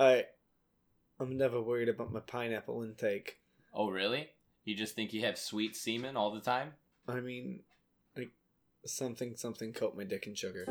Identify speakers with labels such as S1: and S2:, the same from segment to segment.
S1: I, I'm never worried about my pineapple intake.
S2: Oh, really? You just think you have sweet semen all the time?
S1: I mean, like something something coat my dick in sugar.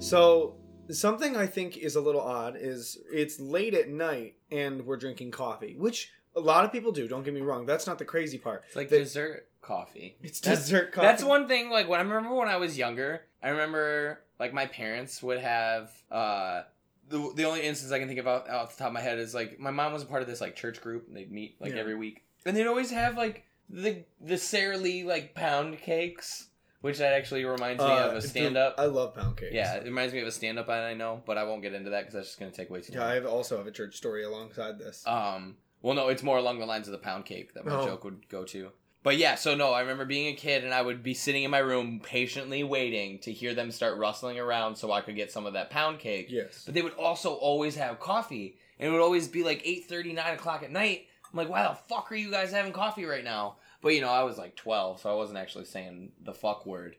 S1: So something I think is a little odd is it's late at night and we're drinking coffee, which a lot of people do. Don't get me wrong. That's not the crazy part.
S2: It's like
S1: They-
S2: dessert coffee.
S1: It's
S2: That's-
S1: dessert coffee.
S2: That's one thing. Like when I remember when I was younger, I remember like my parents would have. uh the, the only instance I can think of off, off the top of my head is like my mom was a part of this like church group and they'd meet like
S1: Yeah.
S2: every week and they'd always have like the the Sara Lee like pound cakes which that actually reminds me
S1: Uh,
S2: of a
S1: dude,
S2: stand up
S1: I love pound cakes.
S2: yeah it reminds me of a stand up I know but I won't get into that because that's just gonna take way too
S1: Yeah,
S2: long
S1: I have also have a church story alongside this.
S2: Um, well, no, it's more along the lines of the pound cake that my
S1: Oh.
S2: joke would go to. But yeah, so no, I remember being a kid and I would be sitting in my room patiently waiting to hear them start rustling around so I could get some of that pound cake.
S1: yes.
S2: But they would also always have coffee, and it would always be like 8.30, 9 o'clock at night. I'm like, why the fuck are you guys having coffee right now? But you know, I was like 12, so I wasn't actually saying the fuck word.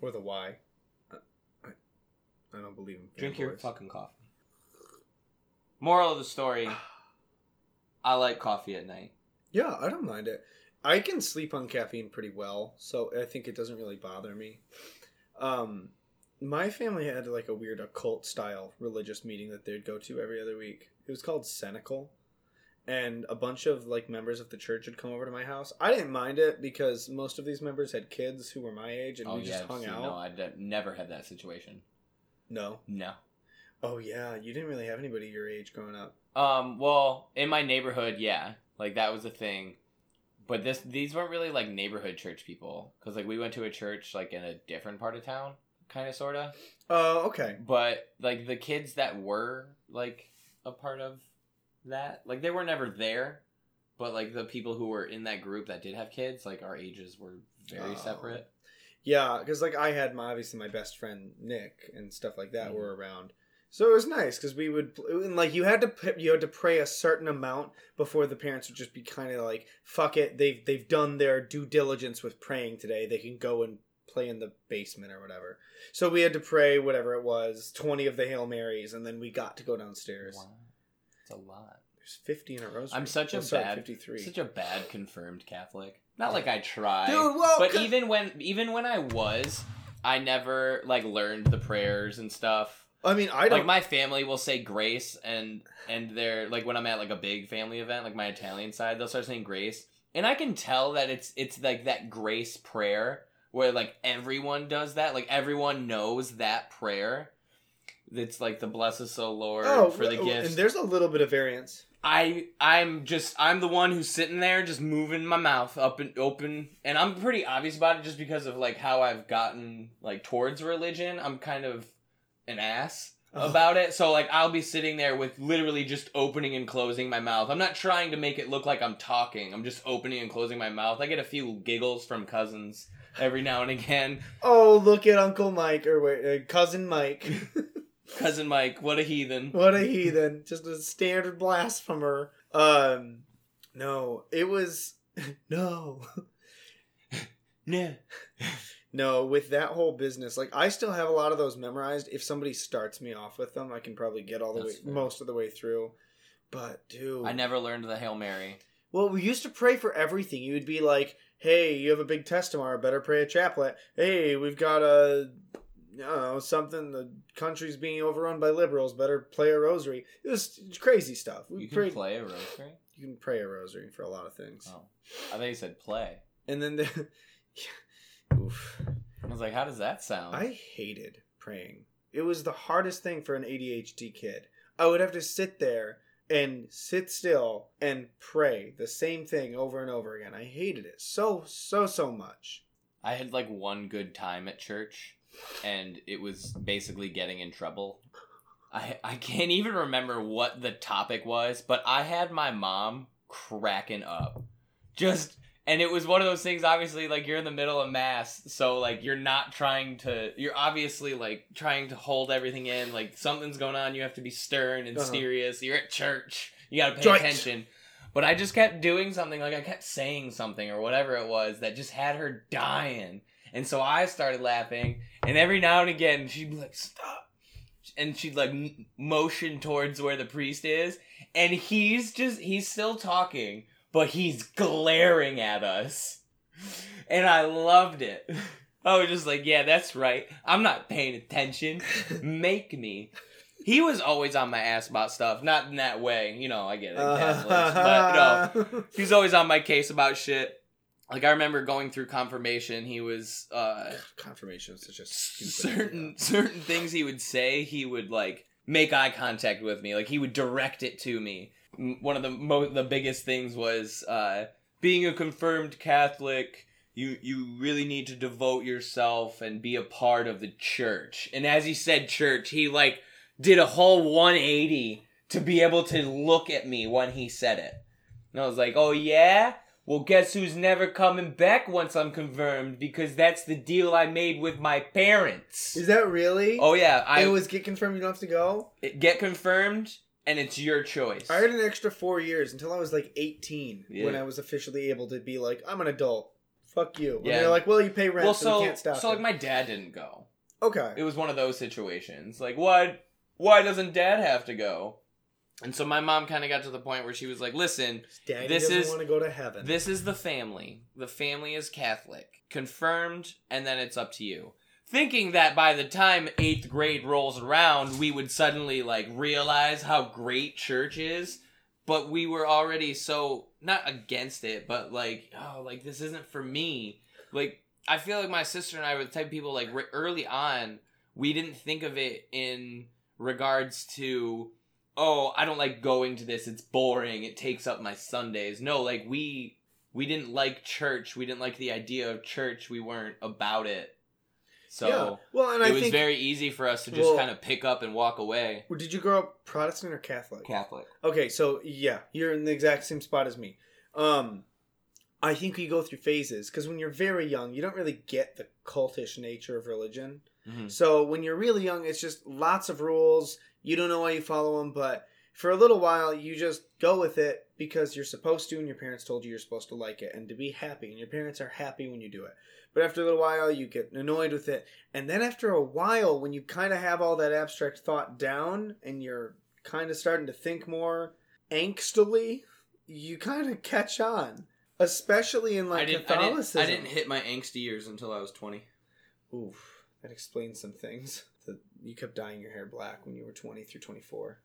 S1: With a Y. I, I- I don't believe in
S2: Drink your
S1: fanboys.
S2: fucking coffee. Moral of the story I like coffee at night.
S1: Yeah, I don't mind it. I can sleep on caffeine pretty well, so I think it doesn't really bother me. Um, my family had like a weird occult style religious meeting that they'd go to every other week. It was called Cenacle. And a bunch of like members of the church would come over to my house. I didn't mind it because most of these members had kids who were my age and we just hung
S2: Oh, see,
S1: out.
S2: No, I de- never had that situation.
S1: no.
S2: No.
S1: Oh yeah, you didn't really have anybody your age growing up.
S2: Um. Well, in my neighborhood, yeah, like that was a thing, but this these weren't really like neighborhood church people because like we went to a church like in a different part of town, kind of sorta.
S1: Oh, okay.
S2: But like the kids that were like a part of that, like they were never there, but like the people who were in that group that did have kids, like our ages were very
S1: Oh.
S2: separate.
S1: Yeah, because like I had my obviously my best friend Nick and stuff like that
S2: Mhm.
S1: were around, so it was nice because we would and like you had to p- you had to pray a certain amount before the parents would just be kind of like fuck it they've they've done their due diligence with praying today they can go and play in the basement or whatever. So we had to pray whatever it was twenty of the Hail Marys and then we got to go downstairs.
S2: Wow. It's a lot.
S1: There's fifty in a rosary.
S2: I'm such a
S1: Oh, sorry,
S2: bad-
S1: fifty three.
S2: Such a bad confirmed Catholic. Not like I tried.
S1: Dude, well,
S2: but
S1: c-
S2: even when even when I was, I never like learned the prayers and stuff.
S1: I mean I don't
S2: Like my family will say grace and and they're like when I'm at like a big family event, like my Italian side, they'll start saying grace. And I can tell that it's it's like that grace prayer where like everyone does that, like everyone knows that prayer. It's like the bless us, O Lord, for the
S1: well,
S2: gifts.
S1: Oh, And there's a little bit of variance.
S2: I I'm just I'm the one who's sitting there just moving my mouth up and open and I'm pretty obvious about it just because of like how I've gotten like towards religion. I'm kind of an ass about it. So like I'll be sitting there with literally just opening and closing my mouth. I'm not trying to make it look like I'm talking. I'm just opening and closing my mouth. I get a few giggles from cousins every now and again.
S1: Oh, look at Uncle Mike or wait, uh, cousin Mike.
S2: Cousin Mike, what a heathen.
S1: what a heathen! Just a standard blasphemer. Um, no, it was no,
S2: Yeah.
S1: no. With that whole business, like I still have a lot of those memorized. If somebody starts me off with them, I can probably get all the
S2: That's
S1: way,
S2: fair.
S1: most of the way through. But dude,
S2: I never learned the Hail Mary.
S1: Well, we used to pray for everything. You'd be like, "Hey, you have a big test tomorrow. Better pray a chaplet." Hey, we've got a, I don't know, something. The country's being overrun by liberals. Better play a rosary. It was crazy stuff. We
S2: You can
S1: prayed-
S2: play a rosary?
S1: You can pray a rosary for a lot of things.
S2: Oh. I thought you said play.
S1: And then, the, oof,
S2: I was like, how does that sound?
S1: I hated praying. It was the hardest thing for an ADHD kid. I would have to sit there and sit still and pray the same thing over and over again. I hated it so so so much.
S2: I had like one good time at church, and it was basically getting in trouble. I I can't even remember what the topic was, but I had my mom cracking up, just And it was one of those things, obviously, like you're in the middle of mass, so like you're not trying to, you're obviously like trying to hold everything in. Like something's going on, you have to be stern and
S1: Uh-huh.
S2: serious. You're at church, you gotta pay
S1: Joint.
S2: attention. But I just kept doing something, like I kept saying something or whatever it was that just had her dying. And so I started laughing, and every now and again she'd be like, "Stop!" And she'd like m- motion towards where the priest is, and he's just—he's still talking, but he's glaring at us, and I loved it. I was just like, "Yeah, that's right. I'm not paying attention.
S1: Uh,
S2: Make me." He was always on my ass about stuff, not in that way, you know. I get it,
S1: Uh-huh.
S2: Catholics, but no he's always on my case about shit. Like I remember going through confirmation, he was uh
S1: Confirmation is such a stupid
S2: certain
S1: idea.
S2: certain things he would say, he would like make eye contact with me, like he would direct it to me. M- One of the mo- the biggest things was uh being a confirmed Catholic, you you really need to devote yourself and be a part of the church. And as he said church, he like did a whole 180 to be able to look at me when he said it. And I was like, "Oh yeah, well guess who's never coming back once I'm confirmed because that's the deal I made with my parents."
S1: Is that really?
S2: Oh yeah, I
S1: it was get confirmed. You don't have to go.
S2: get confirmed and it's your choice.
S1: I had an extra four years until I was like 18 when
S2: Yeah.
S1: I was officially able to be like, I'm an adult. Fuck you. And
S2: Yeah.
S1: they're like, well, you pay rent,
S2: well,
S1: so, we
S2: so
S1: can't stop.
S2: so like
S1: it."
S2: my dad didn't go.
S1: okay.
S2: It was one of those situations. Like, what? Why doesn't dad have to go? And so my mom kind of got to the point where she was like, "Listen,
S1: Daddy
S2: this
S1: doesn't
S2: is-
S1: want to go to heaven.
S2: This is the family. The family is Catholic. Confirmed, and then it's up to you. Thinking that by the time eighth grade rolls around, we would suddenly like realize how great church is, but we were already so not against it, but like, oh, like this isn't for me. Like, I feel like my sister and I were the type of people like re- early on, we didn't think of it in regards to oh i don't like going to this it's boring it takes up my sundays no like we we didn't like church we didn't like the idea of church we weren't about it
S1: Yeah.
S2: so
S1: Well, and
S2: it
S1: I
S2: was
S1: think.
S2: very easy for us to just
S1: Well-
S2: kind of pick up and walk away
S1: Well, Did you grow up Protestant or Catholic?
S2: catholic
S1: Okay, so yeah, you're in the exact same spot as me. Um, I think we go through phases because when you're very young, you don't really get the cultish nature of religion.
S2: Mm-hmm.
S1: So when you're really young, it's just lots of rules. You don't know why you follow them, but for a little while, you just go with it because you're supposed to, and your parents told you you're supposed to like it and to be happy, and your parents are happy when you do it. But after a little while, you get annoyed with it. And then after a while, when you kind of have all that abstract thought down and you're kind of starting to think more angstily, you kind of catch on. Especially in like
S2: I, didn't, I, didn't,
S1: Catholicism.
S2: I didn't hit my angsty years until i was 20
S1: Oof, that explains some things. That you kept dyeing your hair black when you were 20 through 24.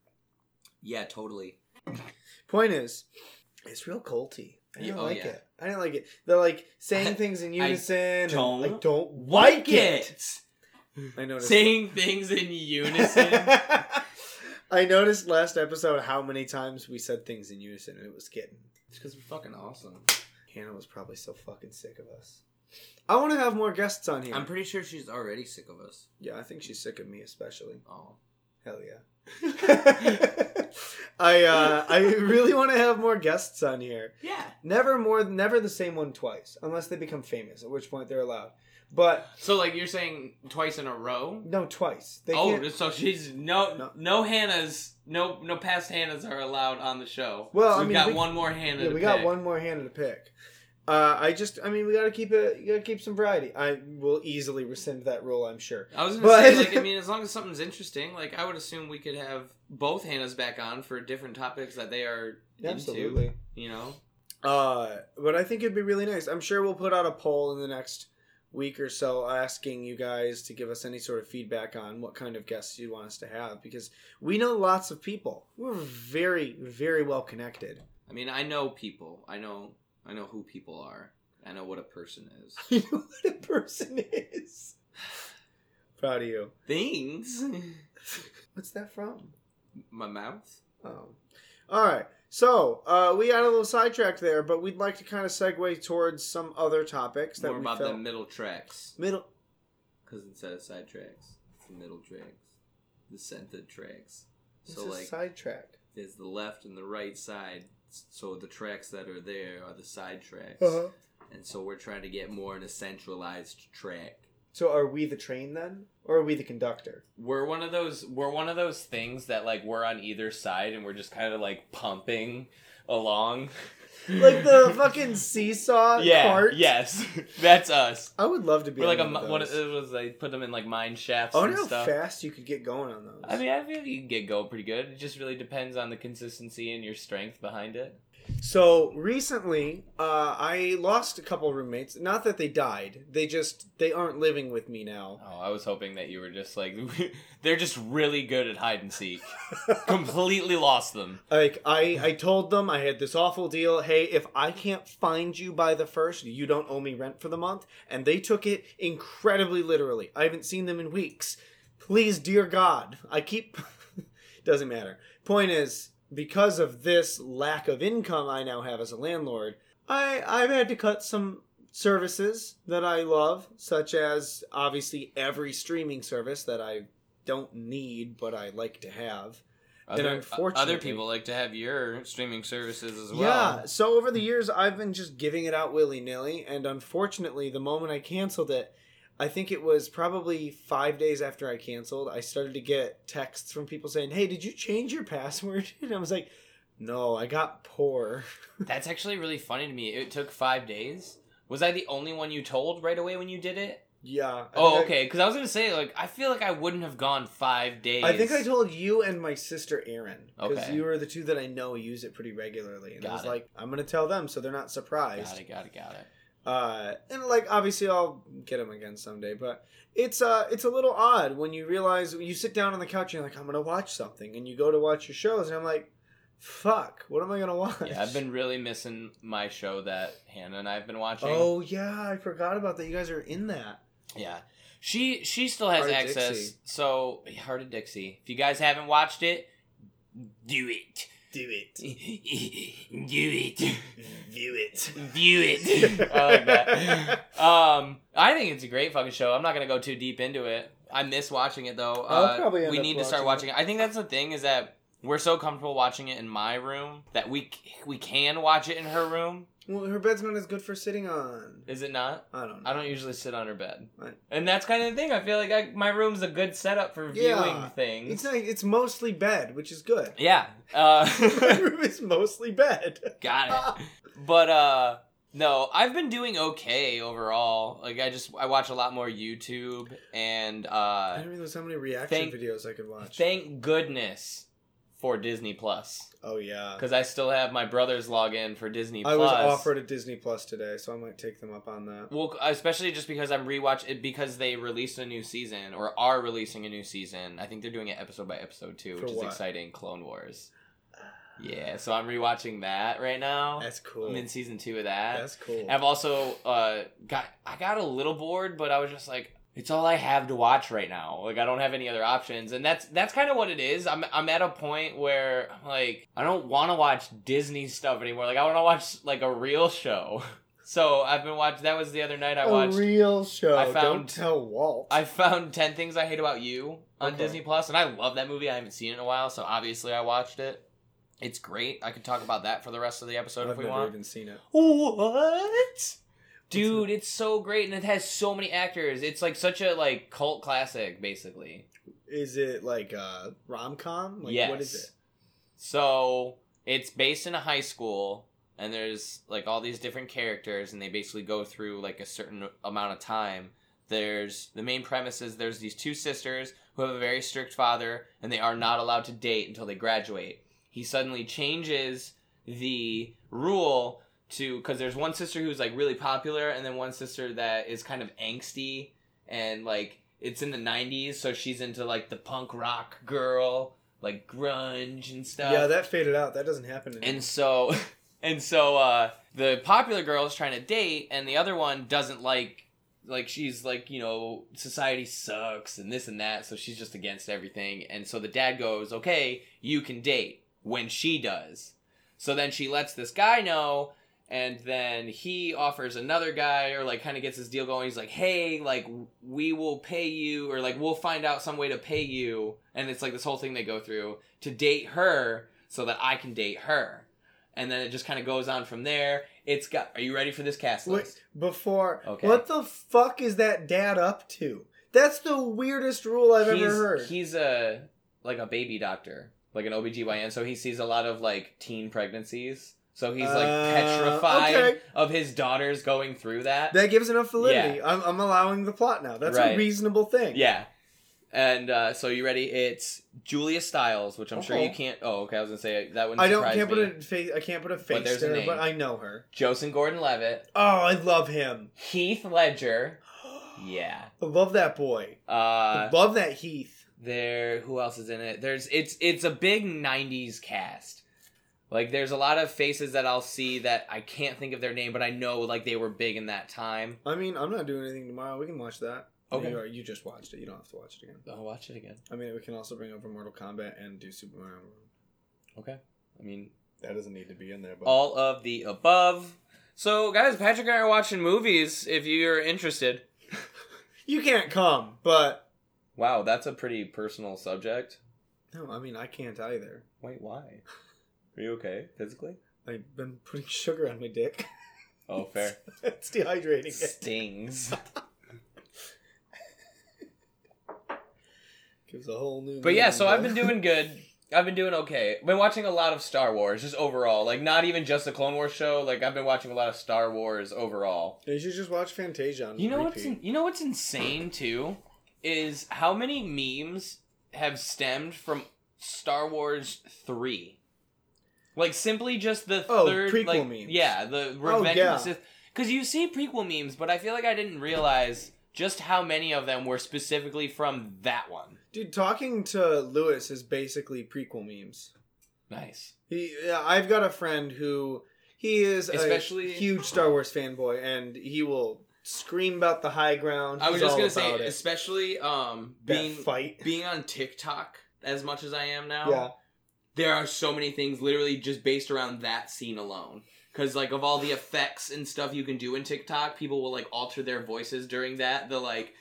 S2: yeah totally
S1: Point is, it's real culty. I didn't
S2: Yeah, oh,
S1: like
S2: yeah.
S1: it. I didn't like it. They're like saying
S2: I-
S1: things in
S2: I
S1: unison. and,
S2: don't
S1: like, don't
S2: like it
S1: I noticed.
S2: saying things in unison
S1: I noticed last episode how many times we said things in unison, and it was getting.
S2: it's because we're fucking awesome
S1: Hannah was probably so fucking sick of us. I want to have more guests on here.
S2: i'm pretty sure she's already sick of us
S1: yeah, I think she's sick of me, especially.
S2: oh
S1: Hell yeah. I uh, I really want to have more guests on here.
S2: yeah
S1: Never more, never the same one twice, unless they become famous, at which point they're allowed. But
S2: So like you're saying twice in a row?
S1: no, twice. They
S2: oh,
S1: can't.
S2: so she's no,
S1: No.
S2: no Hannahs, no no past Hannahs are allowed on the show.
S1: Well, I
S2: we've
S1: mean,
S2: got
S1: we-
S2: one more Hannah.
S1: Yeah,
S2: to
S1: we got
S2: pick.
S1: one more hand to pick. Uh, I just, I mean, we gotta keep it. You gotta keep some variety. I will easily rescind that rule, I'm sure.
S2: I was gonna
S1: But-
S2: say, like, I mean, as long as something's interesting, like I would assume we could have both Hannahs back on for different topics that they are
S1: Absolutely.
S2: into. You know,
S1: Uh, but I think it'd be really nice. I'm sure we'll put out a poll in the next week or so asking you guys to give us any sort of feedback on what kind of guests you want us to have because we know lots of people. We're very, very well connected.
S2: I mean, I know people. I know, I know who people are. I know what a person is.
S1: You know what a person is. Proud of you.
S2: Things.
S1: What's that from?
S2: My mouth.
S1: Oh. All right. So uh, we got a little sidetracked there, but we'd like to kind of segue towards some other topics that
S2: More
S1: we
S2: about
S1: felt
S2: the middle tracks.
S1: middle.
S2: Because instead of side tracks, it's the middle tracks, the center tracks.
S1: This
S2: so
S1: is
S2: like,
S1: sidetrack.
S2: there's the left and the right side. So the tracks that are there are the side tracks.
S1: Uh-huh.
S3: and so we're trying to get more in a centralized track.
S1: So are we the train then, or are we the conductor?
S2: We're one of those we're one of those things that like we're on either side and we're just kind of like pumping along.
S1: Like the fucking seesaw
S2: yeah,
S1: cart.
S2: yes. That's us.
S1: I would love to be.
S2: We're like a
S1: on
S2: mi-
S1: one
S2: one
S1: of
S2: of
S1: those. Oh,
S2: it was they put them in like mine shafts
S1: I
S2: and
S1: wonder how
S2: stuff.
S1: fast you could get going on those.
S2: I mean, I feel you can get going pretty good. It just really depends on the consistency and your strength behind it.
S1: So recently, uh, I lost a couple roommates. Not that they died; they just they aren't living with me now.
S2: Oh, I was hoping that you were just like they're just really good at hide and seek. Completely lost them.
S1: Like I, I told them I had this awful deal. Hey, if I can't find you by the first, you don't owe me rent for the month. And they took it incredibly literally. I haven't seen them in weeks. Please, dear God, I keep. Doesn't matter. Point is, because of this lack of income I now have as a landlord, I I've had to cut some services that I love, such as obviously every streaming service that I don't need but I like to have. And
S2: Other,
S1: unfortunately-
S2: other people like to have your streaming services as
S1: Yeah.
S2: well.
S1: So over the years, I've been just giving it out willy nilly, and unfortunately, the moment I canceled it, I think it was probably five days after I canceled, I started to get texts from people saying, "Hey, did you change your password?" And I was like, "No, I got poor."
S2: That's actually really funny to me. It took five days. Was I the only one you told right away when you did it?
S1: Yeah. I
S2: oh,
S1: think I-
S2: okay. Because I was gonna say, like, I feel like I wouldn't have gone five days.
S1: I think I told you and my sister Erin because
S2: Okay.
S1: you were the two that I know use it pretty regularly, and I
S2: Got
S1: was
S2: it.
S1: like, "I'm gonna tell them so they're not surprised."
S2: Got it. Got it. Got it.
S1: uh and like obviously i'll get him again someday but it's uh it's a little odd when you realize when you sit down on the couch and you're like i'm gonna watch something and you go to watch your shows and i'm like fuck what am i gonna watch
S2: Yeah, I've been really missing my show that Hannah and I've been watching.
S1: oh yeah i forgot about that you guys are in that
S2: Yeah. She she still has
S1: Heart of
S2: access.
S1: Dixie.
S2: So Heart of Dixie. If you guys haven't watched it, do it.
S1: do it
S2: do it.
S1: view it
S2: View it. I like that. Um, I think it's a great fucking show. I'm not gonna go too deep into it. I miss watching it though.
S1: I'll
S2: Uh,
S1: probably end
S2: we
S1: up
S2: need to start
S1: watching
S2: watching it. I think that's the thing is that we're so comfortable watching it in my room that we c- we can watch it in her room.
S1: well her bed's not as good for sitting on
S2: Is it not?
S1: i don't know
S2: I don't usually sit on her bed.
S1: Right.
S2: And that's kind of the thing. I feel like I, my room's a good setup for
S1: Yeah.
S2: viewing things.
S1: it's not, it's mostly bed which is good
S2: yeah. Uh,
S1: my room is mostly bed
S2: got it. But uh no, I've been doing okay overall. Like I just I watch a lot more YouTube and
S1: i
S2: uh
S1: didn't realize how many reaction
S2: Thank-
S1: videos i could watch
S2: thank goodness for Disney Plus
S1: oh yeah
S2: cuz I still have my brother's login for Disney Plus.
S1: I was offered a Disney Plus today, so I might take them up on that.
S2: Well, especially just because I'm rewatch it because they released a new season or are releasing a new season. I think they're doing it episode by episode too,
S1: For
S2: which is
S1: what?
S2: exciting. Clone Wars. Yeah, so I'm rewatching that right now.
S1: That's cool.
S2: I'm in season two of that.
S1: That's cool.
S2: I've also uh, got I got a little bored, but I was just like, it's all I have to watch right now. Like I don't have any other options, and that's that's kind of what it is. I'm I'm at a point where I'm like I don't want to watch Disney stuff anymore. Like I want to watch like a real show. So I've been watching. That was the other night I watched.
S1: a real show.
S2: I
S1: Don't
S2: found-
S1: tell Walt.
S2: I found Ten Things I Hate About You on
S1: Okay.
S2: Disney Plus, and I love that movie. I haven't seen it in a while, so obviously I watched it. It's great. I could talk about that for the rest of the episode
S1: have
S2: if we
S1: never
S2: want.
S1: even seen it.
S2: What? Dude, it's so great and it has so many actors. It's like such a like cult classic basically.
S1: Is it like a rom com? Like
S2: yes.
S1: what is it?
S2: So, it's based in a high school and there's like all these different characters and they basically go through like a certain amount of time. There's the main premise is there's these two sisters who have a very strict father and they are not allowed to date until they graduate. He suddenly changes the rule to because there's one sister who's like really popular and then one sister that is kind of angsty and like it's in the 90s so she's into like the punk rock girl like grunge and stuff
S1: yeah, that faded out. That doesn't happen. Anymore.
S2: and so and so uh the popular girl is trying to date and the other one doesn't like like she's like you know society sucks and this and that so she's just against everything and so the dad goes okay you can date when she does so then she lets this guy know and then he offers another guy or like kind of gets this deal going he's like hey like we will pay you or like we'll find out some way to pay you and it's like this whole thing they go through to date her so that I can date her and then it just kind of goes on from there. It's got. Are you ready for this cast
S1: Wait,
S2: list?
S1: before.
S2: Okay.
S1: What the fuck is that dad up to? That's the weirdest rule I've
S2: he's,
S1: ever heard.
S2: He's a like a baby doctor, like an OBGYN, so he sees a lot of like teen pregnancies. So he's like
S1: Uh,
S2: petrified
S1: okay.
S2: of his daughters going through that.
S1: that gives enough validity. I'm, I'm allowing the plot now. That's a
S2: Right.
S1: reasonable thing.
S2: yeah. And uh, so you ready? It's Julia Styles, which I'm sure
S1: Okay.
S2: you can't. Oh, okay. I was gonna say that wouldn't
S1: I don't
S2: surprise
S1: can't
S2: me.
S1: put a face. I can't put a face
S2: there's
S1: to
S2: a
S1: her,
S2: name.
S1: but I know her.
S2: Joseph Gordon-Levitt,
S1: Oh, I love him.
S2: Heath Ledger. Yeah.
S1: I love that boy. I
S2: Uh,
S1: love that Heath.
S2: there. Who else is in it? There's. It's. It's a big '90s cast. Like there's a lot of faces that I'll see that I can't think of their name, but I know like they were big in that time.
S1: I mean, I'm not doing anything tomorrow. We can watch that.
S2: Okay.
S1: You, are- you just watched it. You don't have to watch it again.
S2: I'll watch it again.
S1: I mean, we can also bring over Mortal Kombat and do Super Mario.
S2: Okay. I mean,
S1: That doesn't need to be in there, but
S2: all of the above. So guys, Patrick and I are watching movies. If you're interested.
S1: you can't come. But
S2: Wow, that's a pretty personal subject.
S1: no, I mean, I can't either.
S2: Wait, why? Are you okay physically?
S1: I've been putting sugar on my dick.
S2: Oh, fair.
S1: it's dehydrating it.
S2: Stings.
S1: Gives a whole new.
S2: But yeah,
S1: meaning,
S2: so I've
S1: but-
S2: been doing good. I've been doing okay. Been watching a lot of Star Wars, just overall. Like not even just the Clone Wars show. Like I've been watching a lot of Star Wars overall.
S1: You should just watch Fantasia. On
S2: You know what's
S1: repeat.
S2: in, you know what's insane too is how many memes have stemmed from Star Wars three. Like simply just the
S1: Oh,
S2: third
S1: prequel
S2: like,
S1: memes. Oh,
S2: Yeah, the Revenge
S1: yeah.
S2: of the Sith. Because you see prequel memes, but I feel like I didn't realize just how many of them were specifically from that one.
S1: Dude, talking to Lewis is basically prequel memes.
S2: Nice.
S1: He, yeah, I've got a friend who he is
S2: Especially-
S1: a huge Star Wars fanboy, and he will scream about the high ground.
S2: I was
S1: He's
S2: just
S1: all
S2: gonna say,
S1: about it.
S2: especially um,
S1: That
S2: being
S1: fight.
S2: being on TikTok as much as I am now.
S1: Yeah,
S2: there are so many things literally just based around that scene alone. Because like of all the effects and stuff you can do in TikTok, people will like alter their voices during that. They're like,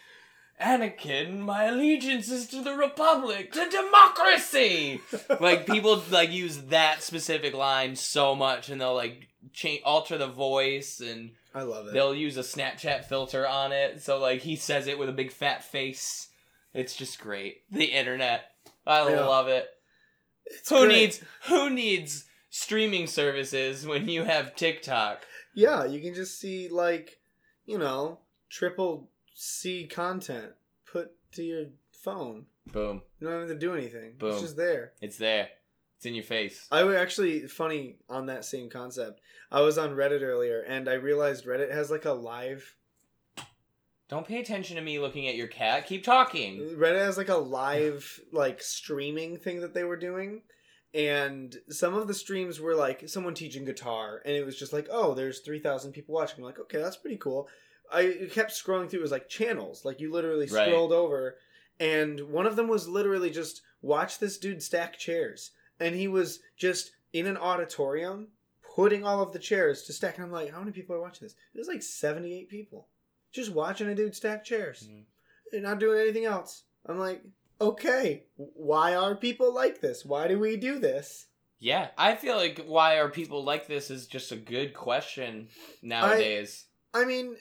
S2: "Anakin, my allegiance is to the Republic, to democracy." like people like use that specific line so much, and they'll like change alter the voice and
S1: I love it.
S2: They'll use a Snapchat filter on it, so like he says it with a big fat face. It's just great. The internet, I
S1: Yeah.
S2: love it.
S1: It's
S2: who
S1: great.
S2: needs who needs streaming services when you have TikTok?
S1: Yeah, you can just see like, you know, triple C content put to your phone.
S2: Boom,
S1: You don't have to do anything. It's
S2: Boom.
S1: just there.
S2: it's there. It's in your face.
S1: I would actually funny on that same concept. I was on Reddit earlier and I realized Reddit has like a live
S2: Don't pay attention to me looking at your cat. Keep talking.
S1: Reddit has like a live like streaming thing that they were doing. And some of the streams were like someone teaching guitar and it was just like, "Oh, there's 3000 people watching." I'm like, "Okay, that's pretty cool." I kept scrolling through it was like channels. Like you literally
S2: Right.
S1: scrolled over and one of them was literally just watch this dude stack chairs and he was just in an auditorium putting all of the chairs to stack. And I'm like, how many people are watching this? There's like 78 people just watching a dude stack chairs.
S2: Mhm.
S1: They're not doing anything else. I'm like, okay, why are people like this? Why do we do this?
S2: Yeah, I feel like why are people like this is just a good question nowadays.
S1: I mean,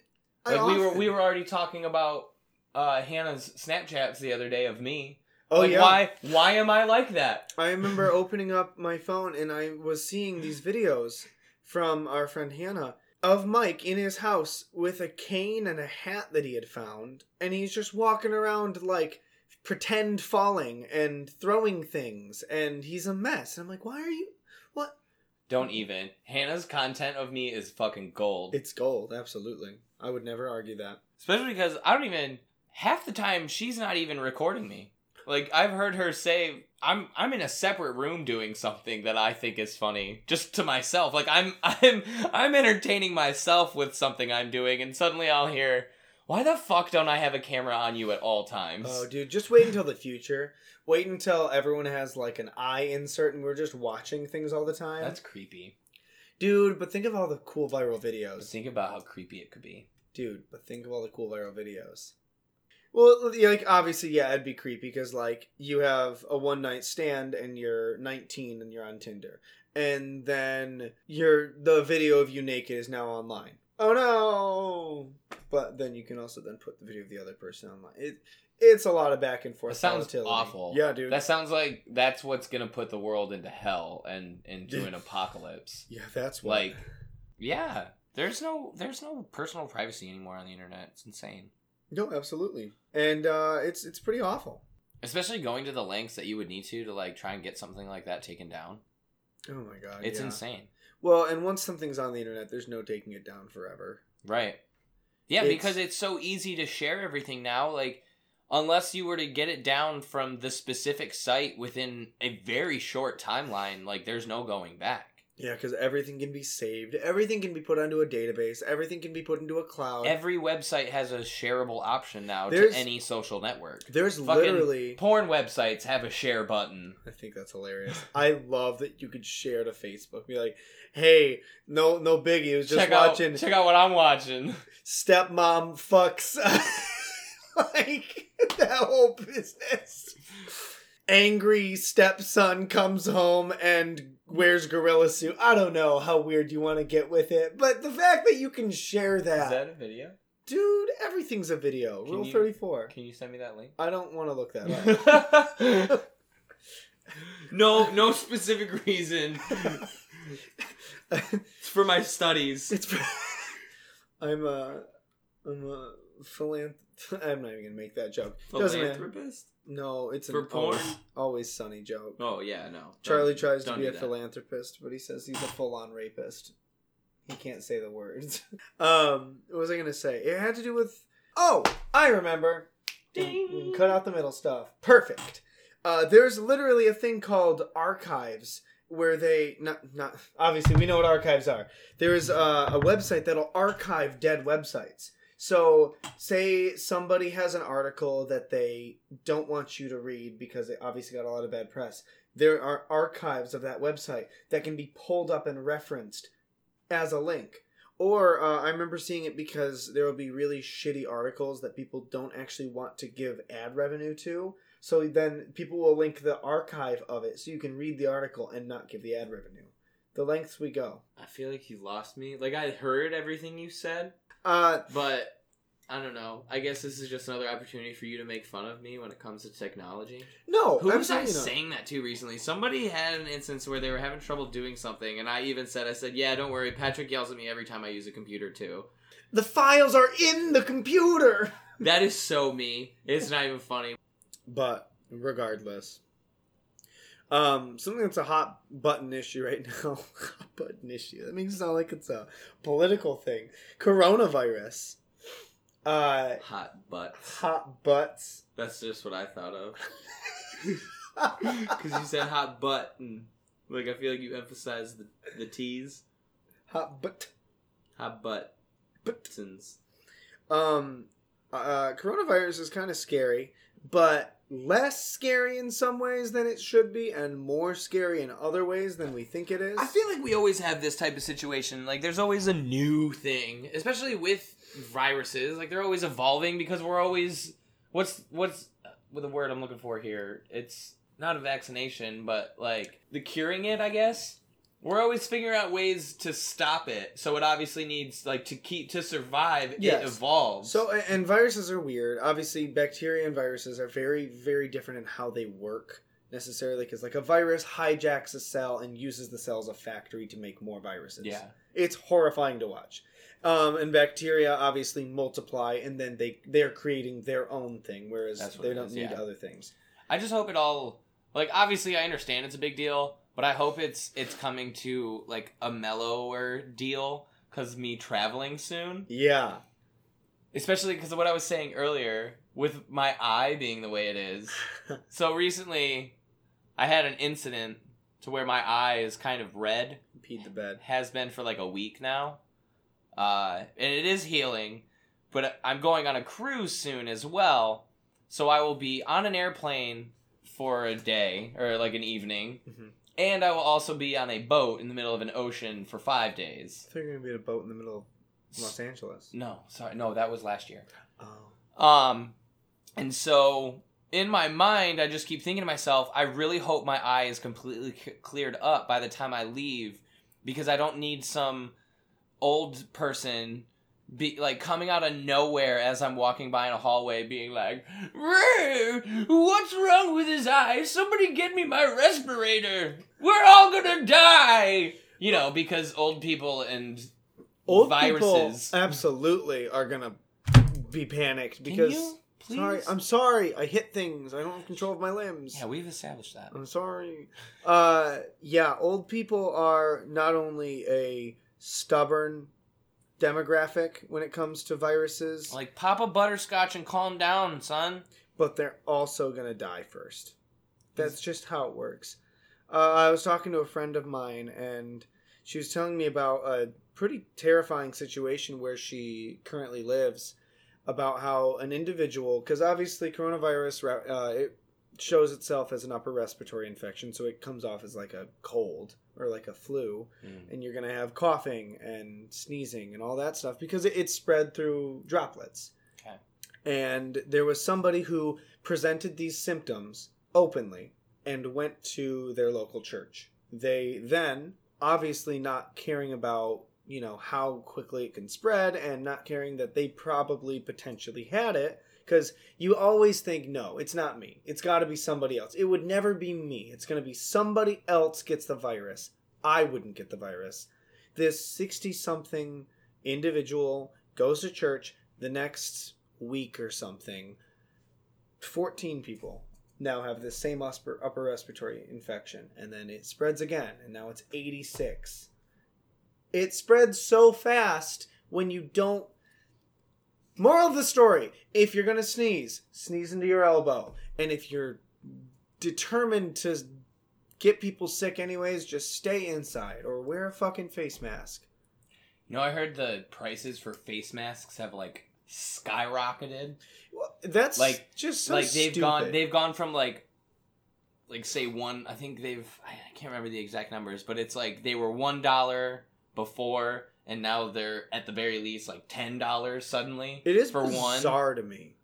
S1: I
S2: Like we were
S1: often-
S2: we were already talking about uh, Hannah's Snapchats the other day of me.
S1: Oh
S2: like,
S1: yeah,
S2: Why why am I like that?
S1: I remember opening up my phone and I was seeing these videos from our friend Hannah of Mike in his house with a cane and a hat that he had found, and he's just walking around like pretend falling and throwing things, and he's a mess. And I'm like, why are you? What?
S2: Don't even. Hannah's content of me is fucking gold.
S1: It's gold, absolutely. I would never argue that.
S2: Especially because I don't even half the time she's not even recording me. Like I've heard her say I'm I'm in a separate room doing something that I think is funny just to myself. Like I'm I'm I'm entertaining myself with something I'm doing and suddenly I'll hear why the fuck don't I have a camera on you at all times?
S1: Oh, dude, just wait until the future. Wait until everyone has like an eye insert and we're just watching things all the time.
S2: That's creepy.
S1: Dude, but think of all the cool viral videos.
S2: Think about how creepy it could be.
S1: Dude, but think of all the cool viral videos. Well, yeah, like obviously, yeah, it'd be creepy because like you have a one night stand and you're 19 and you're on Tinder, and then your the video of you naked is now online. Oh no! But then you can also then put the video of the other person online. It it's a lot of back and forth.
S2: That sounds
S1: volatility.
S2: awful.
S1: Yeah, dude.
S2: That sounds like that's what's gonna put the world into hell and into an apocalypse.
S1: yeah, that's what.
S2: Like, yeah, there's no there's no personal privacy anymore on the internet. It's insane.
S1: no, absolutely, and uh, it's it's pretty awful.
S2: Especially going to the lengths that you would need to to like try and get something like that taken down.
S1: Oh my god,
S2: It's
S1: yeah.
S2: insane,
S1: Well, and once something's on the internet, there's no taking it down forever.
S2: right? Yeah,
S1: It's-
S2: because it's so easy to share everything now. Like, unless you were to get it down from the specific site within a very short timeline, like there's no going back.
S1: Yeah, because everything can be saved. Everything can be put onto a database. Everything can be put into a cloud.
S2: Every website has a shareable option now to
S1: Uh, There's-
S2: any social network.
S1: There's
S2: Fucking
S1: literally.
S2: porn websites have a share button.
S1: I think that's hilarious. I love that you could share to Facebook. Be like, hey, no, no biggie. It was just
S2: check
S1: watching
S2: out check out what I'm watching.
S1: stepmom fucks. like that whole business. Angry stepson comes home and wears gorilla suit. I don't know how weird you want to get with it, but the fact that you can share that,
S2: a video?
S1: dude, everything's a video.
S2: Can
S1: Rule
S2: you-
S1: thirty four.
S2: Can you send me that link?
S1: I don't want to look that up.
S2: no, no specific reason. It's for my studies.
S1: it's I'm a I'm a philanth. I'm not even gonna make that joke. Doesn't matter.
S3: Philanthropist?
S1: No, it's
S2: For
S1: an
S2: porn?
S1: always, always sunny joke.
S3: Oh yeah, no.
S1: Charlie
S3: Don't-
S1: tries to
S3: don't
S1: be
S3: do
S1: a
S3: that.
S1: philanthropist, but he says he's a full-on rapist. He can't say the words. Um, what was I gonna say? It had to do with. Oh, I remember. We can cut out the middle stuff. Perfect. Uh, there's literally a thing called archives where they not not obviously we know what archives are. There is uh, a website that'll archive dead websites. So say somebody has an article that they don't want you to read because it obviously got a lot of bad press. There are archives of that website that can be pulled up and referenced as a link. Or uh, I remember seeing it because there will be really shitty articles that people don't actually want to give ad revenue to. So then people will link the archive of it so you can read the article and not give the ad revenue. The lengths we go.
S3: I feel like you lost me. Like I heard everything you said,
S1: Uh,
S3: but I don't know. I guess this is just another opportunity for you to make fun of me when it comes to technology.
S1: no,
S3: Who was I
S1: absolutely not.
S3: saying that to recently? Somebody had an instance where they were having trouble doing something, and I even said, "I said, yeah, don't worry. Patrick yells at me every time I use a computer too."
S1: The files are in the computer.
S3: That is so me. It's not even funny.
S1: But regardless, um, something that's a hot button issue right now. hot button issue. That makes it sound like it's a political thing. Coronavirus. Uh,
S3: Hot butt.
S1: hot butts.
S3: That's just what I thought of. Because you said hot butt, and like I feel like you emphasized the the T's.
S1: hot butt.
S3: Hot butt. Buttons.
S1: Um, uh, coronavirus is kind of scary, but less scary in some ways than it should be, and more scary in other ways than we think it is.
S3: I feel like we always have this type of situation. Like there's always a new thing, especially with viruses. Like they're always evolving because we're always what's what's with the word I'm looking for here. It's not a vaccination, but like the curing it, I guess. We're always figuring out ways to stop it. So it obviously needs like to keep to survive. It
S1: Yes.
S3: evolves.
S1: So, a- and viruses are weird. Obviously, bacteria and viruses are very, very different in how they work necessarily, because like a virus hijacks a cell and uses the cell as a factory to make more viruses.
S2: Yeah.
S1: it's horrifying to watch. Um, and bacteria obviously multiply, and then they they're creating their own thing, whereas
S2: That's what
S1: they
S2: it
S1: don't
S2: is,
S1: need
S2: yeah.
S1: other things.
S2: I just hope it all like obviously I understand it's a big deal, but I hope it's it's coming to like a mellower deal cuz me traveling soon,
S1: Yeah,
S2: especially cuz of what I was saying earlier with my eye being the way it is. so recently I had an incident to where my eye is kind of red
S1: peed the bed.
S2: has been for like a week now. Uh, and it is healing, but I'm going on a cruise soon as well. So I will be on an airplane for a day or like an evening.
S1: Mhm.
S2: And I will also be on a boat in the middle of an ocean for five days.
S1: They're gonna be in a boat in the middle of Los Angeles. Um,
S2: No, sorry. No, that was last year.
S1: Oh,
S2: Um, And so in my mind, I just keep thinking to myself, I really hope my eye is completely c- cleared up by the time I leave because I don't need some old person be like coming out of nowhere as I'm walking by in a hallway being like, "Roo, what's wrong with his eye? Somebody get me my respirator. We're all gonna die. You know, because old people and
S1: Old
S2: viruses.
S1: people absolutely are gonna be panicked
S2: Can
S1: because.
S2: you please?
S1: Sorry, I'm sorry. I hit things. I don't have control of my limbs.
S2: yeah, we've established that.
S1: I'm sorry. Uh, yeah, old people are not only a stubborn demographic when it comes to viruses,
S2: Like pop a butterscotch and calm down, son.
S1: but they're also gonna die first. That's just how it works. Uh, I was talking to a friend of mine, and she was telling me about a pretty terrifying situation where she currently lives. About how an individual, because obviously coronavirus ra- uh, it shows itself as an upper respiratory infection, so it comes off as like a cold or like a flu,
S4: Mm.
S1: and you're gonna have coughing and sneezing and all that stuff because it, it's spread through droplets.
S2: Okay.
S1: And there was somebody who presented these symptoms openly and went to their local church. They then, obviously not caring about, you know, how quickly it can spread and not caring that they probably potentially had it, because you always think, no, it's not me. It's got to be somebody else. It would never be me. It's going to be somebody else gets the virus. I wouldn't get the virus. This 60 something individual goes to church the next week or something. 14 people now have the same upper, upper respiratory infection, and then it spreads again, and now it's 86. It spreads so fast when you don't. Moral of the story if you're going to sneeze, sneeze into your elbow. And if you're determined to get people sick anyways, just stay inside or wear a fucking face mask.
S4: You know, I heard the prices for face masks have like skyrocketed.
S1: Well, that's
S4: Like-
S1: just so
S4: like they've gone,
S1: stupid.
S4: they've
S2: Gone from like, like say one. I think they've. I I can't remember the exact numbers, but it's like they were one dollar before, and now they're at the very least like ten dollars suddenly.
S1: It is
S2: for one.
S1: bizarre to me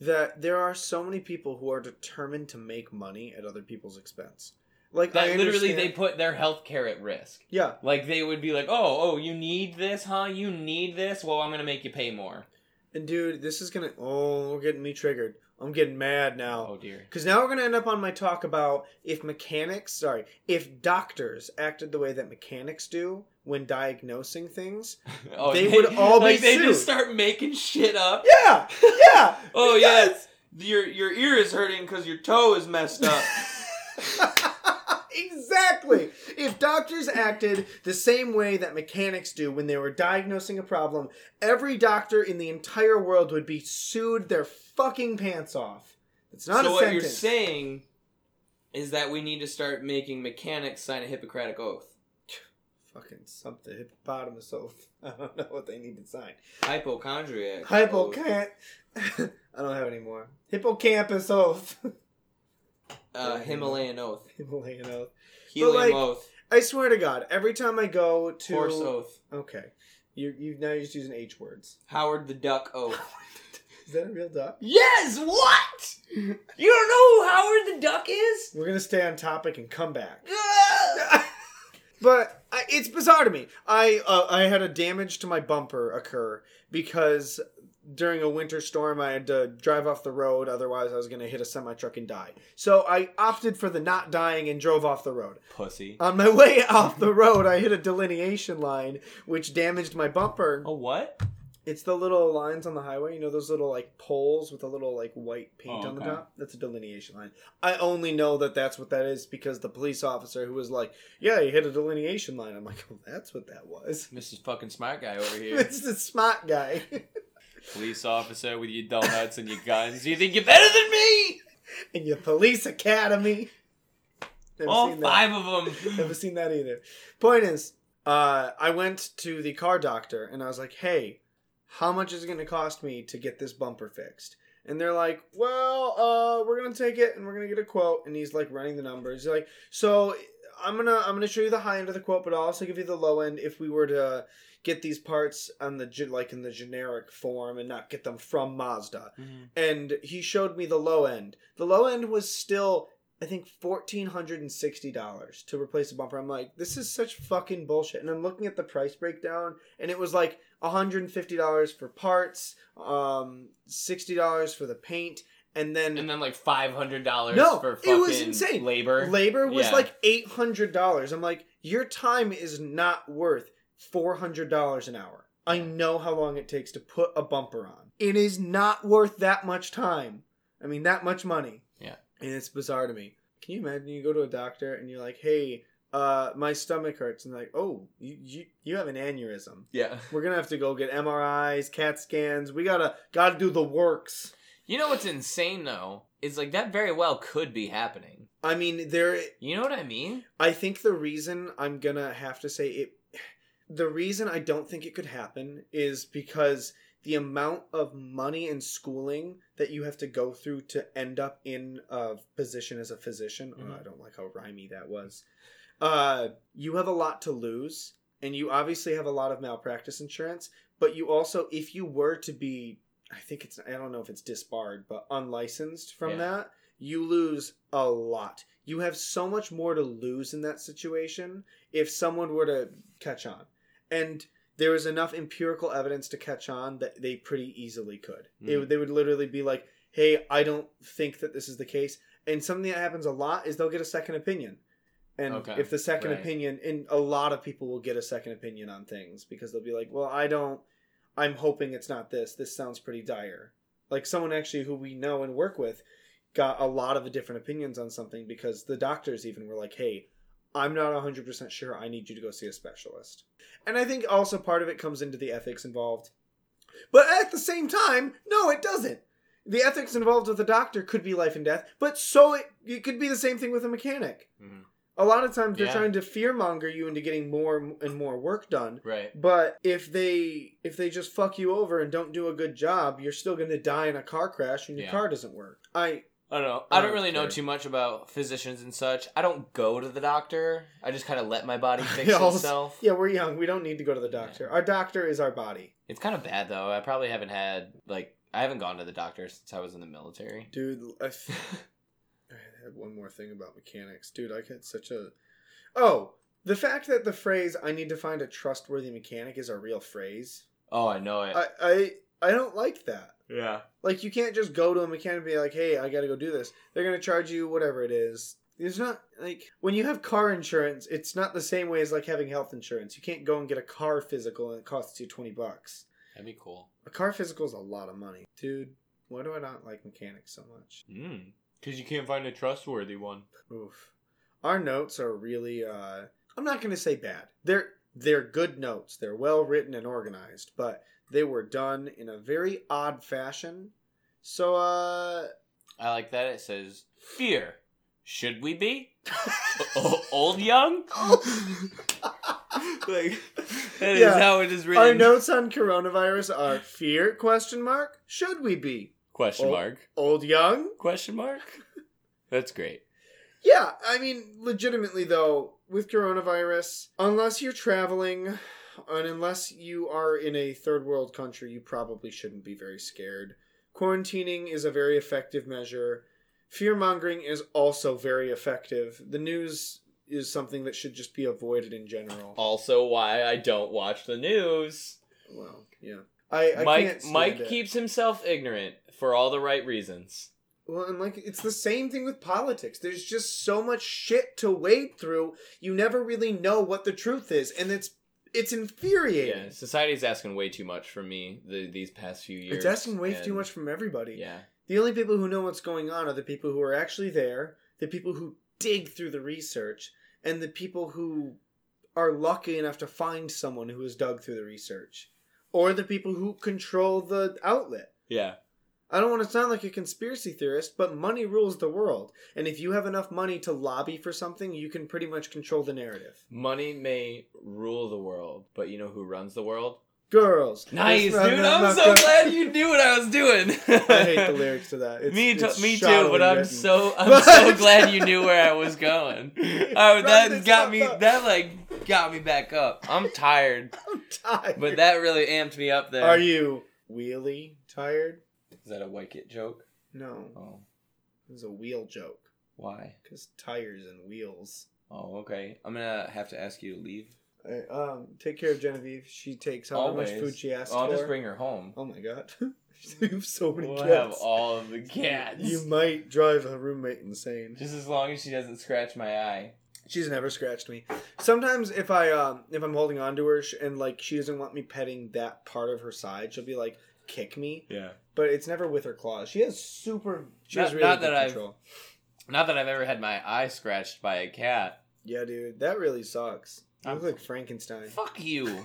S1: that there are so many people who are determined to make money at other people's expense. Like
S2: That
S1: I
S2: literally they
S1: understand-
S2: put their health care at risk.
S1: yeah,
S2: Like they would be like, "Oh, oh, you need this, huh? You need this. Well, I'm gonna make you pay more."
S1: and dude, this is gonna oh, we're getting me triggered. I'm getting mad now.
S2: Oh dear.
S1: Because now we're going to end up on my talk about if mechanics, sorry, if doctors acted the way that mechanics do when diagnosing things.
S2: Oh,
S1: They would all be
S2: like they just
S1: sued.
S2: start making shit up.
S1: Yeah, yeah.
S2: Oh
S1: Yes.
S2: yes, your your ear is hurting because your toe is messed up.
S1: exactly. If doctors acted the same way that mechanics do when they were diagnosing a problem, every doctor in the entire world would be sued their fucking pants off. It's not
S2: so
S1: a
S2: what
S1: sentence.
S2: you're saying is that we need to start making mechanics sign a Hippocratic oath.
S1: fucking something hippopotamus oath. I don't know what they need to sign.
S2: Hypochondriac. oath.
S1: Hippocamp. I don't have any more. Hippocampus oath.
S2: Uh, Himalayan oath.
S1: Himalayan oath.
S2: Helium
S1: like,
S2: oath.
S1: I swear to God, every time I go to
S2: Horse oath.
S1: okay, you you now you're just using H words.
S2: Howard the Duck oath.
S1: Is that a real duck?
S2: yes. What? You don't know who Howard the Duck is?
S1: We're gonna stay on topic and come back. But I, it's bizarre to me. I uh, I had a damage to my bumper occur because during a winter storm I had to drive off the road. Otherwise, I was gonna hit a semi truck and die. So I opted for the not dying and drove off the road.
S2: Pussy.
S1: On my way off the road, I hit a delineation line, which damaged my bumper.
S2: A what?
S1: It's the little lines on the highway. You know those little like poles with a little like white paint
S4: Oh,
S1: on the
S4: okay.
S1: top. That's a delineation line. I only know that that's what that is because the police officer who was like, "Yeah, you hit a delineation line." I'm like, "Oh, that's what that was."
S2: Mrs. Fucking Smart Guy over here.
S1: it's the smart guy.
S2: Police officer with your donuts and your guns. You think you're better than me?
S1: in your police academy. Never
S2: All
S1: seen that.
S2: five of them.
S1: Never seen that either. Point is, uh, I went to the car doctor and I was like, hey, how much is it going to cost me to get this bumper fixed? And they're like, well, uh, we're going to take it and we're going to get a quote. And he's like running the numbers. He's like, so I'm gonna I'm gonna show you the high end of the quote, but I'll also give you the low end if we were to get these parts on the gen- like in the generic form and not get them from Mazda.
S3: Mm-hmm.
S1: And he showed me the low end. The low end was still I think fourteen hundred and sixty dollars to replace the bumper. I'm like, this is such fucking bullshit. And I'm looking at the price breakdown, and it was like hundred and fifty dollars for parts, um, sixty dollars for the paint, and then
S2: and then like five hundred dollars
S1: No,
S2: for
S1: it
S2: fucking
S1: was insane.
S2: labor.
S1: labor was
S2: Yeah.
S1: like eight hundred dollars. I'm like, your time is not worth four hundred dollars an hour. I know how long it takes to put a bumper on. It is not worth that much time. I mean, that much money.
S2: Yeah.
S1: and it's bizarre to me. Can you imagine? You go to a doctor and you're like, "Hey, uh, my stomach hurts," and they're like, "Oh, you you, you have an aneurysm.
S2: yeah.
S1: We're gonna have to go get MRIs, CAT scans. We gotta gotta do the works."
S3: You know what's insane though is like that very well could be happening.
S1: I mean, there
S3: You know what I mean?
S1: I think the reason I'm gonna have to say it, the reason I don't think it could happen is because the amount of money and schooling that you have to go through to end up in a position as a physician. Oh,
S3: Mhm.
S1: I don't like how rhymey that was. Uh, you have a lot to lose, and you obviously have a lot of malpractice insurance. But you also, if you were to be, I think it's, I don't know if it's disbarred, but unlicensed from
S3: Yeah.
S1: that, you lose a lot. You have so much more to lose in that situation if someone were to catch on. And there is enough empirical evidence to catch on that they pretty easily could. It, would- they would literally be like, hey, I don't think that this is the case. And something that happens a lot is they'll get a second opinion. And
S2: Okay,
S1: if the second
S2: right.
S1: opinion, and a lot of people will get a second opinion on things because they'll be like, well, I don't, I'm hoping it's not this. This sounds pretty dire. Like someone actually who we know and work with got a lot of different opinions on something because the doctors even were like, hey, I'm not 100% sure. I need you to go see a specialist. And I think also part of it comes into the ethics involved. But at the same time, no, it doesn't. The ethics involved with a doctor could be life and death, but so it, it could be the same thing with a mechanic.
S2: Mhm.
S1: A lot of times they're
S2: Yeah.
S1: trying to fearmonger you into getting more and more work done.
S2: Right.
S1: But if they if they just fuck you over and don't do a good job, you're still going to die in a car crash and your
S2: Yeah.
S1: car doesn't work. I
S3: I don't know.
S1: I
S3: I don't
S1: don't
S3: really know
S1: care.
S3: too much about physicians and such. I don't go to the doctor. I just kind of let my body fix
S1: Yeah, I'll-
S3: itself.
S1: yeah, we're young. We don't need to go to the doctor. Our doctor is our body.
S3: It's kind of bad though. I probably haven't had like I haven't gone to the doctor since I was in the military.
S1: Dude, I, f- I had one more thing about mechanics. Dude, I got such a. Oh, the fact that the phrase "I need to find a trustworthy mechanic" is a real phrase.
S3: Oh, I know it.
S1: I I, I don't like that.
S2: Yeah.
S1: Like, you can't just go to a mechanic and be like, "Hey, I got to go do this." They're gonna charge you whatever it is. It's not like when you have car insurance, it's not the same way as like having health insurance. You can't go and get a car physical and it costs you twenty bucks.
S3: That'd be cool.
S1: A car physical is a lot of money, dude. Why do I not like mechanics so much?
S2: Mm. Because you can't find a trustworthy one.
S1: Oof. Our notes are really uh I'm not gonna say bad. They're they're good notes. They're well written and organized, but they were done in a very odd fashion. So uh
S3: I like that. It says fear. Should we be O- old young? like that is
S1: Yeah.
S3: how it is written.
S1: our notes on coronavirus are fear question mark. Should we be?
S3: Question
S1: Oh.
S3: mark?
S1: Old young?
S3: Question mark? That's great.
S1: Yeah, I mean, legitimately though, with coronavirus, unless you're traveling and unless you are in a third world country, you probably shouldn't be very scared. Quarantining is a very effective measure. Fear mongering is also very effective. The news is something that should just be avoided in general.
S2: Also, why I don't watch the news.
S1: Well, yeah. I, I
S2: Mike
S1: can't stand
S2: Mike
S1: it.
S2: keeps himself ignorant for all the right reasons.
S1: Well, and like it's the same thing with politics. There's just so much shit to wade through. You never really know what the truth is, and it's it's infuriating.
S2: Yeah, society's asking way too much from me the, these past few years.
S1: it's asking way
S2: and-
S1: too much from everybody.
S2: Yeah,
S1: The only people who know what's going on are the people who are actually there, the people who dig through the research, and the people who are lucky enough to find someone who has dug through the research, or the people who control the outlet.
S2: yeah.
S1: I don't want to sound like a conspiracy theorist, but money rules the world. And if you have enough money to lobby for something, you can pretty much control the narrative.
S2: Money may rule the world, but you know who runs the world?
S1: girls.
S2: Nice,
S1: It's
S2: dude.
S1: not- not-
S2: I'm
S1: not
S2: so
S1: girls.
S2: glad you knew what I was doing.
S1: I hate the lyrics to that. It's,
S2: me too,
S1: it's
S2: me too,
S1: shoddily
S2: but I'm
S1: written.
S2: so I'm so glad you knew where I was going. Oh,
S1: Right,
S2: that
S1: it's
S2: got
S1: not
S2: me.
S1: the-
S2: That like got me back up. I'm tired,
S1: I'm tired.
S2: but that uh, really amped me up there.
S1: Are you wheelie tired?
S5: Is that a Wicket joke?
S1: No,
S5: Oh,
S1: it was a wheel joke.
S5: why?
S1: Cause tires and wheels.
S5: Oh, okay. I'm gonna have to ask you to leave.
S1: Alright, um, take care of Genevieve. She takes how much
S5: Always.
S1: food she asks
S5: Oh, I'll
S1: for.
S5: just bring her home.
S1: oh my god, you have so many
S5: We'll
S1: cats.
S5: have all of the cats.
S1: You might drive a roommate insane.
S5: Just as long as she doesn't scratch my eye.
S1: She's never scratched me. Sometimes if I um if I'm holding on to her sh- and like she doesn't want me petting that part of her side, she'll be like kick me,
S5: Yeah.
S1: but it's never with her claws. She has super. She has
S2: Not-
S1: really
S2: not
S1: good
S2: that I've-
S1: control.
S2: Not that I've ever had my eye scratched by a cat.
S1: Yeah, dude, that really sucks. You
S2: I'm-
S1: look like Frankenstein.
S2: Fuck you.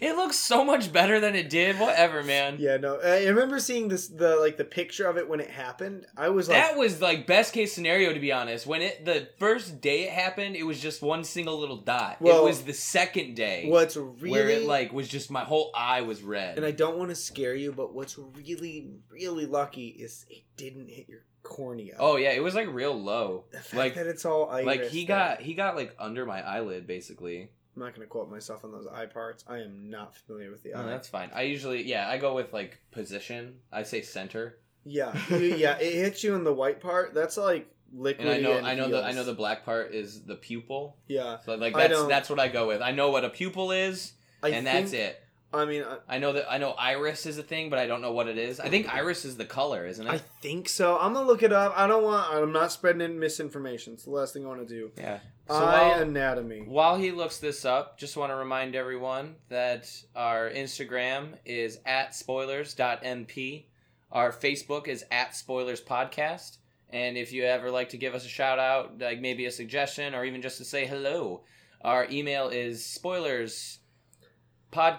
S2: it looks so much better than it did. Whatever, man.
S1: Yeah, no. I remember seeing this the like the picture of it when it happened. I was like,
S2: That was like best case scenario to be honest. When it the first day it happened, it was just one single little dot.
S1: Well-
S2: it was the second day
S1: what's really
S2: where it like was just my whole eye was red.
S1: and I don't want to scare you, but what's really really lucky is it didn't hit your cornea.
S2: oh yeah, it was like real low.
S1: the fact
S2: Like
S1: that it's all iris
S2: like he
S1: there.
S2: got he got like under my eyelid basically.
S1: I'm not gonna quote myself on those eye parts. I am not familiar with the
S2: No,
S1: eye.
S2: Oh, that's fine. I usually yeah, I go with like position. I say center.
S1: Yeah, you- yeah. It hits you in the white part. That's like liquid.
S2: And I know I know the I know the black part is the pupil.
S1: Yeah,
S2: So like
S1: I
S2: that's
S1: don't-
S2: that's what I go with. I know what a pupil is
S1: I
S2: and that's
S1: think-
S2: it.
S1: I mean, I,
S2: I know that I know iris is a thing, but I don't know what it is. I think iris is the color, isn't it?
S1: I think so. I'm gonna look it up. I don't want. I'm not spreading in misinformation. It's the last thing I want to do.
S2: yeah. So
S1: Eye
S2: while,
S1: anatomy.
S2: while he looks this up, just want to remind everyone that our Instagram is at spoilers.mp. Our Facebook is at spoilers podcast. And if you ever like to give us a shout out, like maybe a suggestion or even just to say hello, our email is spoilers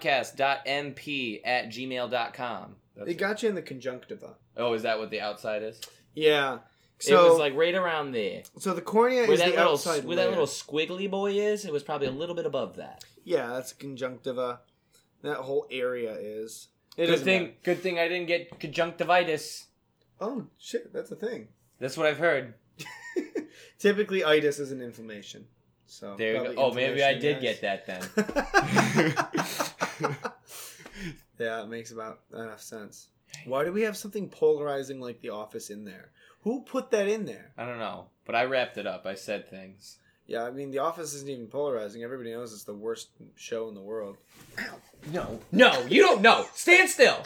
S2: podcast.mp at gmail.com.
S1: It got you in the conjunctiva.
S2: Oh, is that what the outside is?
S1: Yeah. So
S2: it was like right around there.
S1: so the cornea
S2: where
S1: is
S2: that
S1: the
S2: little
S1: outside
S2: where
S1: layer.
S2: that little squiggly boy is, it was probably a little bit above that.
S1: Yeah, that's conjunctiva. That whole area is. It
S2: good
S1: doesn't
S2: thing,
S1: matter.
S2: good thing I didn't get conjunctivitis.
S1: Oh shit, that's a thing.
S2: That's what I've heard.
S1: Typically, itis is an inflammation. So
S2: There you go. Oh, maybe I did get that then.
S1: that. yeah, it makes about enough sense. Why do we have something polarizing like The Office in there? Who put that in there?
S2: I don't know, but I wrapped it up. I said things.
S1: Yeah, I mean, The Office isn't even polarizing. Everybody knows it's the worst show in the world.
S2: No, no, you don't know. Stand still.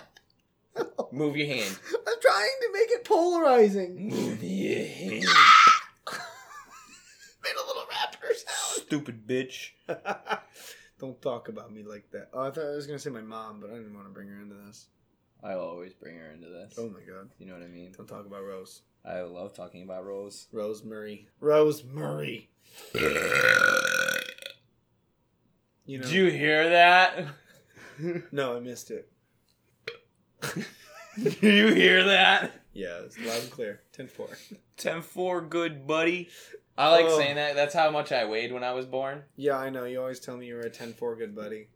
S2: Move your hand.
S1: I'm trying to make it polarizing.
S2: Move your hand.
S1: Made a little raptor sound.
S2: Stupid bitch.
S1: Don't talk about me like that. Oh, I thought I was gonna say my mom, but I didn't want to bring her into this.
S2: I always bring her into this.
S1: Oh my god.
S2: You know what I mean?
S1: Don't talk about Rose.
S2: I love talking about Rose.
S1: Rose Murray. Rose Murray. You know.
S2: Did you hear that?
S1: no, I missed it.
S2: Do you hear that?
S1: Yeah, it's loud and clear. 10 4.
S2: Ten four, good buddy. I like
S1: Oh.
S2: saying that. That's how much I weighed when I was born.
S1: Yeah, I know. You always tell me you were a 10 4 good buddy.